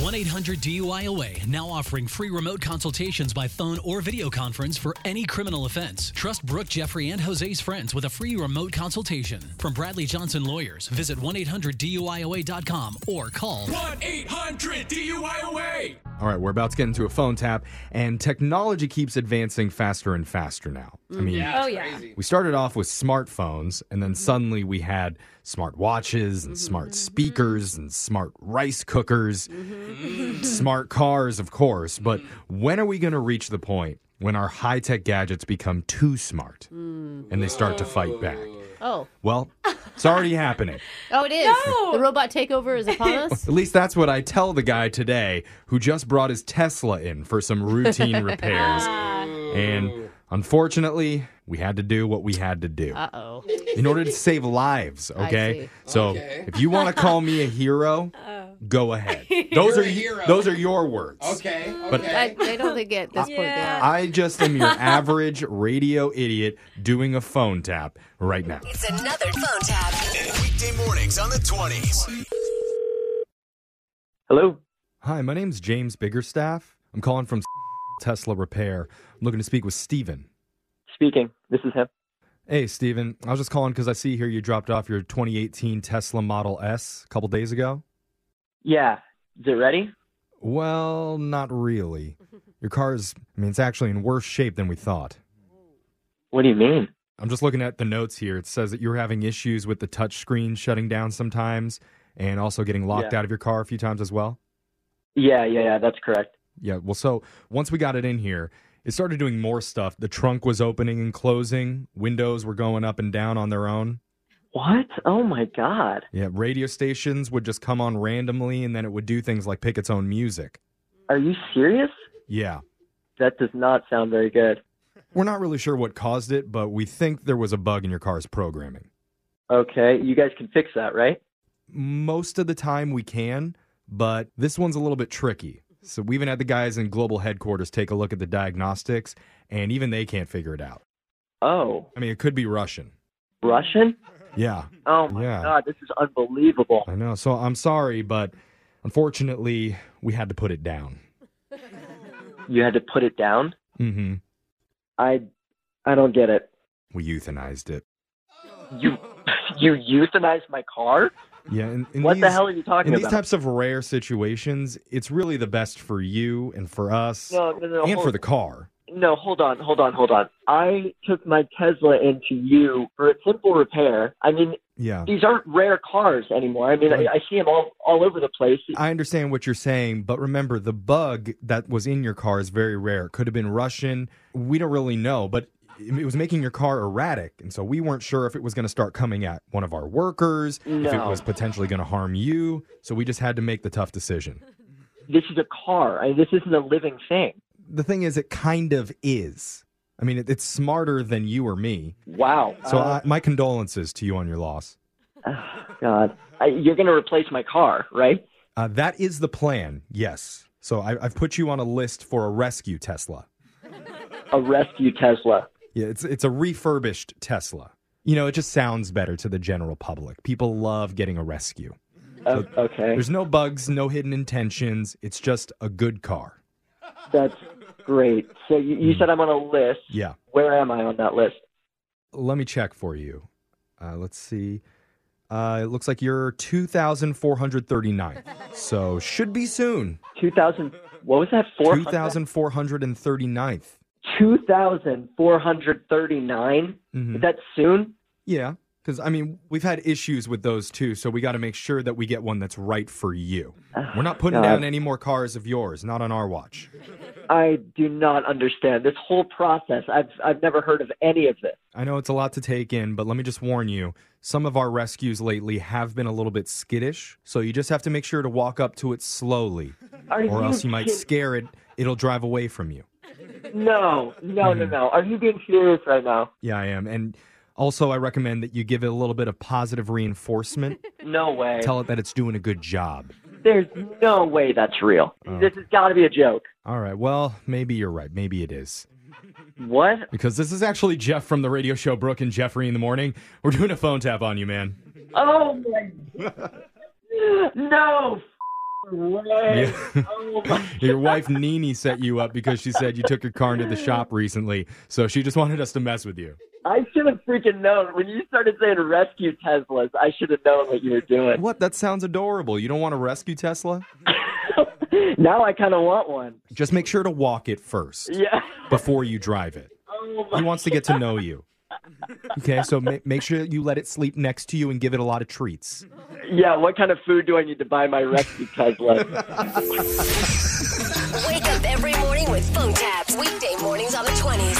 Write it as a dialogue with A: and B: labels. A: 1 800 DUIOA now offering free remote consultations by phone or video conference for any criminal offense. Trust Brooke, Jeffrey, and Jose's friends with a free remote consultation. From Bradley Johnson Lawyers, visit 1 800 DUIOA.com or call
B: 1 800 DUIOA.
C: All right, we're about to get into a phone tap, and technology keeps advancing faster and faster now. I mean,
D: Oh yeah.
C: we started off with smartphones, and then suddenly we had smart watches and smart speakers and smart rice cookers, smart cars, of course. But when are we going to reach the point when our high tech gadgets become too smart and they start to fight back?
E: Oh,
C: Well, it's already happening.
E: oh, it is.
D: No!
E: The robot takeover is upon us.
C: At least that's what I tell the guy today who just brought his Tesla in for some routine repairs. and unfortunately, we had to do what we had to do
E: Uh oh.
C: in order to save lives, okay?
E: see.
C: So, if you want to call me a hero, go ahead. Those are
F: a hero.
C: those are your words.
F: Okay. Okay.
C: But-
E: I, I don't think at this point they are.
C: I just am your average radio idiot doing a phone tap right now.
G: It's another phone tap.
B: Weekday mornings on the 20s.
H: Hello.
C: Hi, my name's James Biggerstaff. I'm calling from Tesla Repair. I'm looking to speak with Steven.
H: Speaking. This is him.
C: Hey, Steven. I was just calling because I see here you dropped off your 2018 Tesla Model S a couple days ago.
H: Yeah. Is it ready?
C: Well, not really. Your car is, I mean, it's actually in worse shape than we thought.
H: What do you mean?
C: I'm just looking at the notes here. It says that you were having issues with the touchscreen shutting down sometimes and also getting locked
H: Yeah.
C: out of your car a few times as well.
H: Yeah, yeah, yeah. That's correct.
C: Yeah, well, so once we got it in here, it started doing more stuff. The trunk was opening and closing, windows were going up and down on their own.
H: What? Oh my god.
C: Yeah, radio stations would just come on randomly and then it would do things like pick its own music.
H: Are you serious?
C: Yeah.
H: That does not sound very good.
C: We're not really sure what caused it, but we think there was a bug in your car's programming.
H: Okay. You guys can fix that, right?
C: Most of the time we can, but this one's a little bit tricky. So we even had the guys in global headquarters take a look at the diagnostics, and even they can't figure it out.
H: Oh,
C: I mean, it could be Russian.
H: Russian?
C: Yeah,
H: Oh my
C: Yeah.
H: god. This is unbelievable.
C: I know. So I'm sorry, but unfortunately, we had to put it down.
H: You had to put it down.
C: Mm hmm.
H: I, I don't get it.
C: We euthanized it.
H: You, you euthanized my car?
C: Yeah. And, and
H: What the
C: these-
H: hell are you talking
C: in these
H: about?
C: types of rare situations, it's really the best for you and for us
H: no, no, no.
C: and
H: hold-
C: for the car.
H: No, hold on, hold on, hold on. I took my Tesla into you for a simple repair. I mean,
C: Yeah.
H: these aren't rare cars anymore. I mean, I, I see them all, all over the place.
C: I understand what you're saying, but remember the bug that was in your car is very rare. It could have been Russian. We don't really know, but it was making your car erratic. And so we weren't sure if it was going to start coming at one of our workers, if it
H: No.
C: was potentially going to harm you. So we just had to make the tough decision.
H: This is a car. I mean, this isn't a living thing.
C: The thing is, it kind of is. I mean, it, it's smarter than you or me.
H: Wow.
C: So
H: Uh,
C: I, my condolences to you on your loss.
H: Oh, God, I, you're going to replace my car, right?
C: Uh, that is the plan, yes. So I, I've put you on a list for a rescue Tesla.
H: A rescue Tesla.
C: Yeah, it's it's a refurbished Tesla. You know, it just sounds better to the general public. People love getting a rescue.
H: O- Oh, okay,
C: There's no bugs, no hidden intentions. It's just a good car.
H: that's great. So you, you said I'm on a list.
C: Hmm. Yeah.
H: Where am I on that list?
C: Let me check for you. Uh, let's see. Uh, it looks like you're 2,439. So should be soon.
H: 2000. What was that? 400?
C: 2,439th.
H: 2,439?
C: Mm-hmm. Hmm.
H: Is that soon?
C: Yeah, because I mean, we've had issues with those too, so we got to make sure that we get one that's right for you. We're not putting
H: God.
C: down any more cars of yours, not on our watch.
H: I do not understand this whole process. I've I've never heard of any of this.
C: I know it's a lot to take in, but let me just warn you some of our rescues lately have been a little bit skittish, so you just have to make sure to walk up to it slowly,
H: Are
C: or else you might
H: kid-
C: scare it. It'll drive away from you.
H: No, no,
C: Mm-hmm.
H: no, no. Are you being serious right now?
C: Yeah, I am. And also, I recommend that you give it a little bit of positive reinforcement.
H: No way.
C: Tell it that it's doing a good job.
H: There's no way that's real.
C: Oh.
H: This has got to be a joke.
C: All right, well, maybe you're right. Maybe it is.
H: What?
C: Because this is actually Jeff from the radio show Brooke and Jeffrey in the Morning. We're doing a phone tap on you, man.
H: Oh my! Oh no, f- way.
C: Yeah.
H: Oh my
C: Your wife Nini set you up because she said you took your car into the shop recently, so she just wanted us to mess with you.
H: I should have freaking known. When you started saying rescue Teslas, I should have known what you were doing.
C: What? That sounds adorable. You don't want to rescue Tesla?
H: now I kind of want one.
C: Just make sure to walk it first
H: Yeah.
C: before you drive it.
H: Oh
C: He
H: my.
C: wants to get to know you. Okay, so ma- make sure you let it sleep next to you and give it a lot of treats.
H: Yeah, what kind of food do I need to buy my rescue Tesla?
G: Wake up every morning with phone taps. Weekday mornings on the 20s.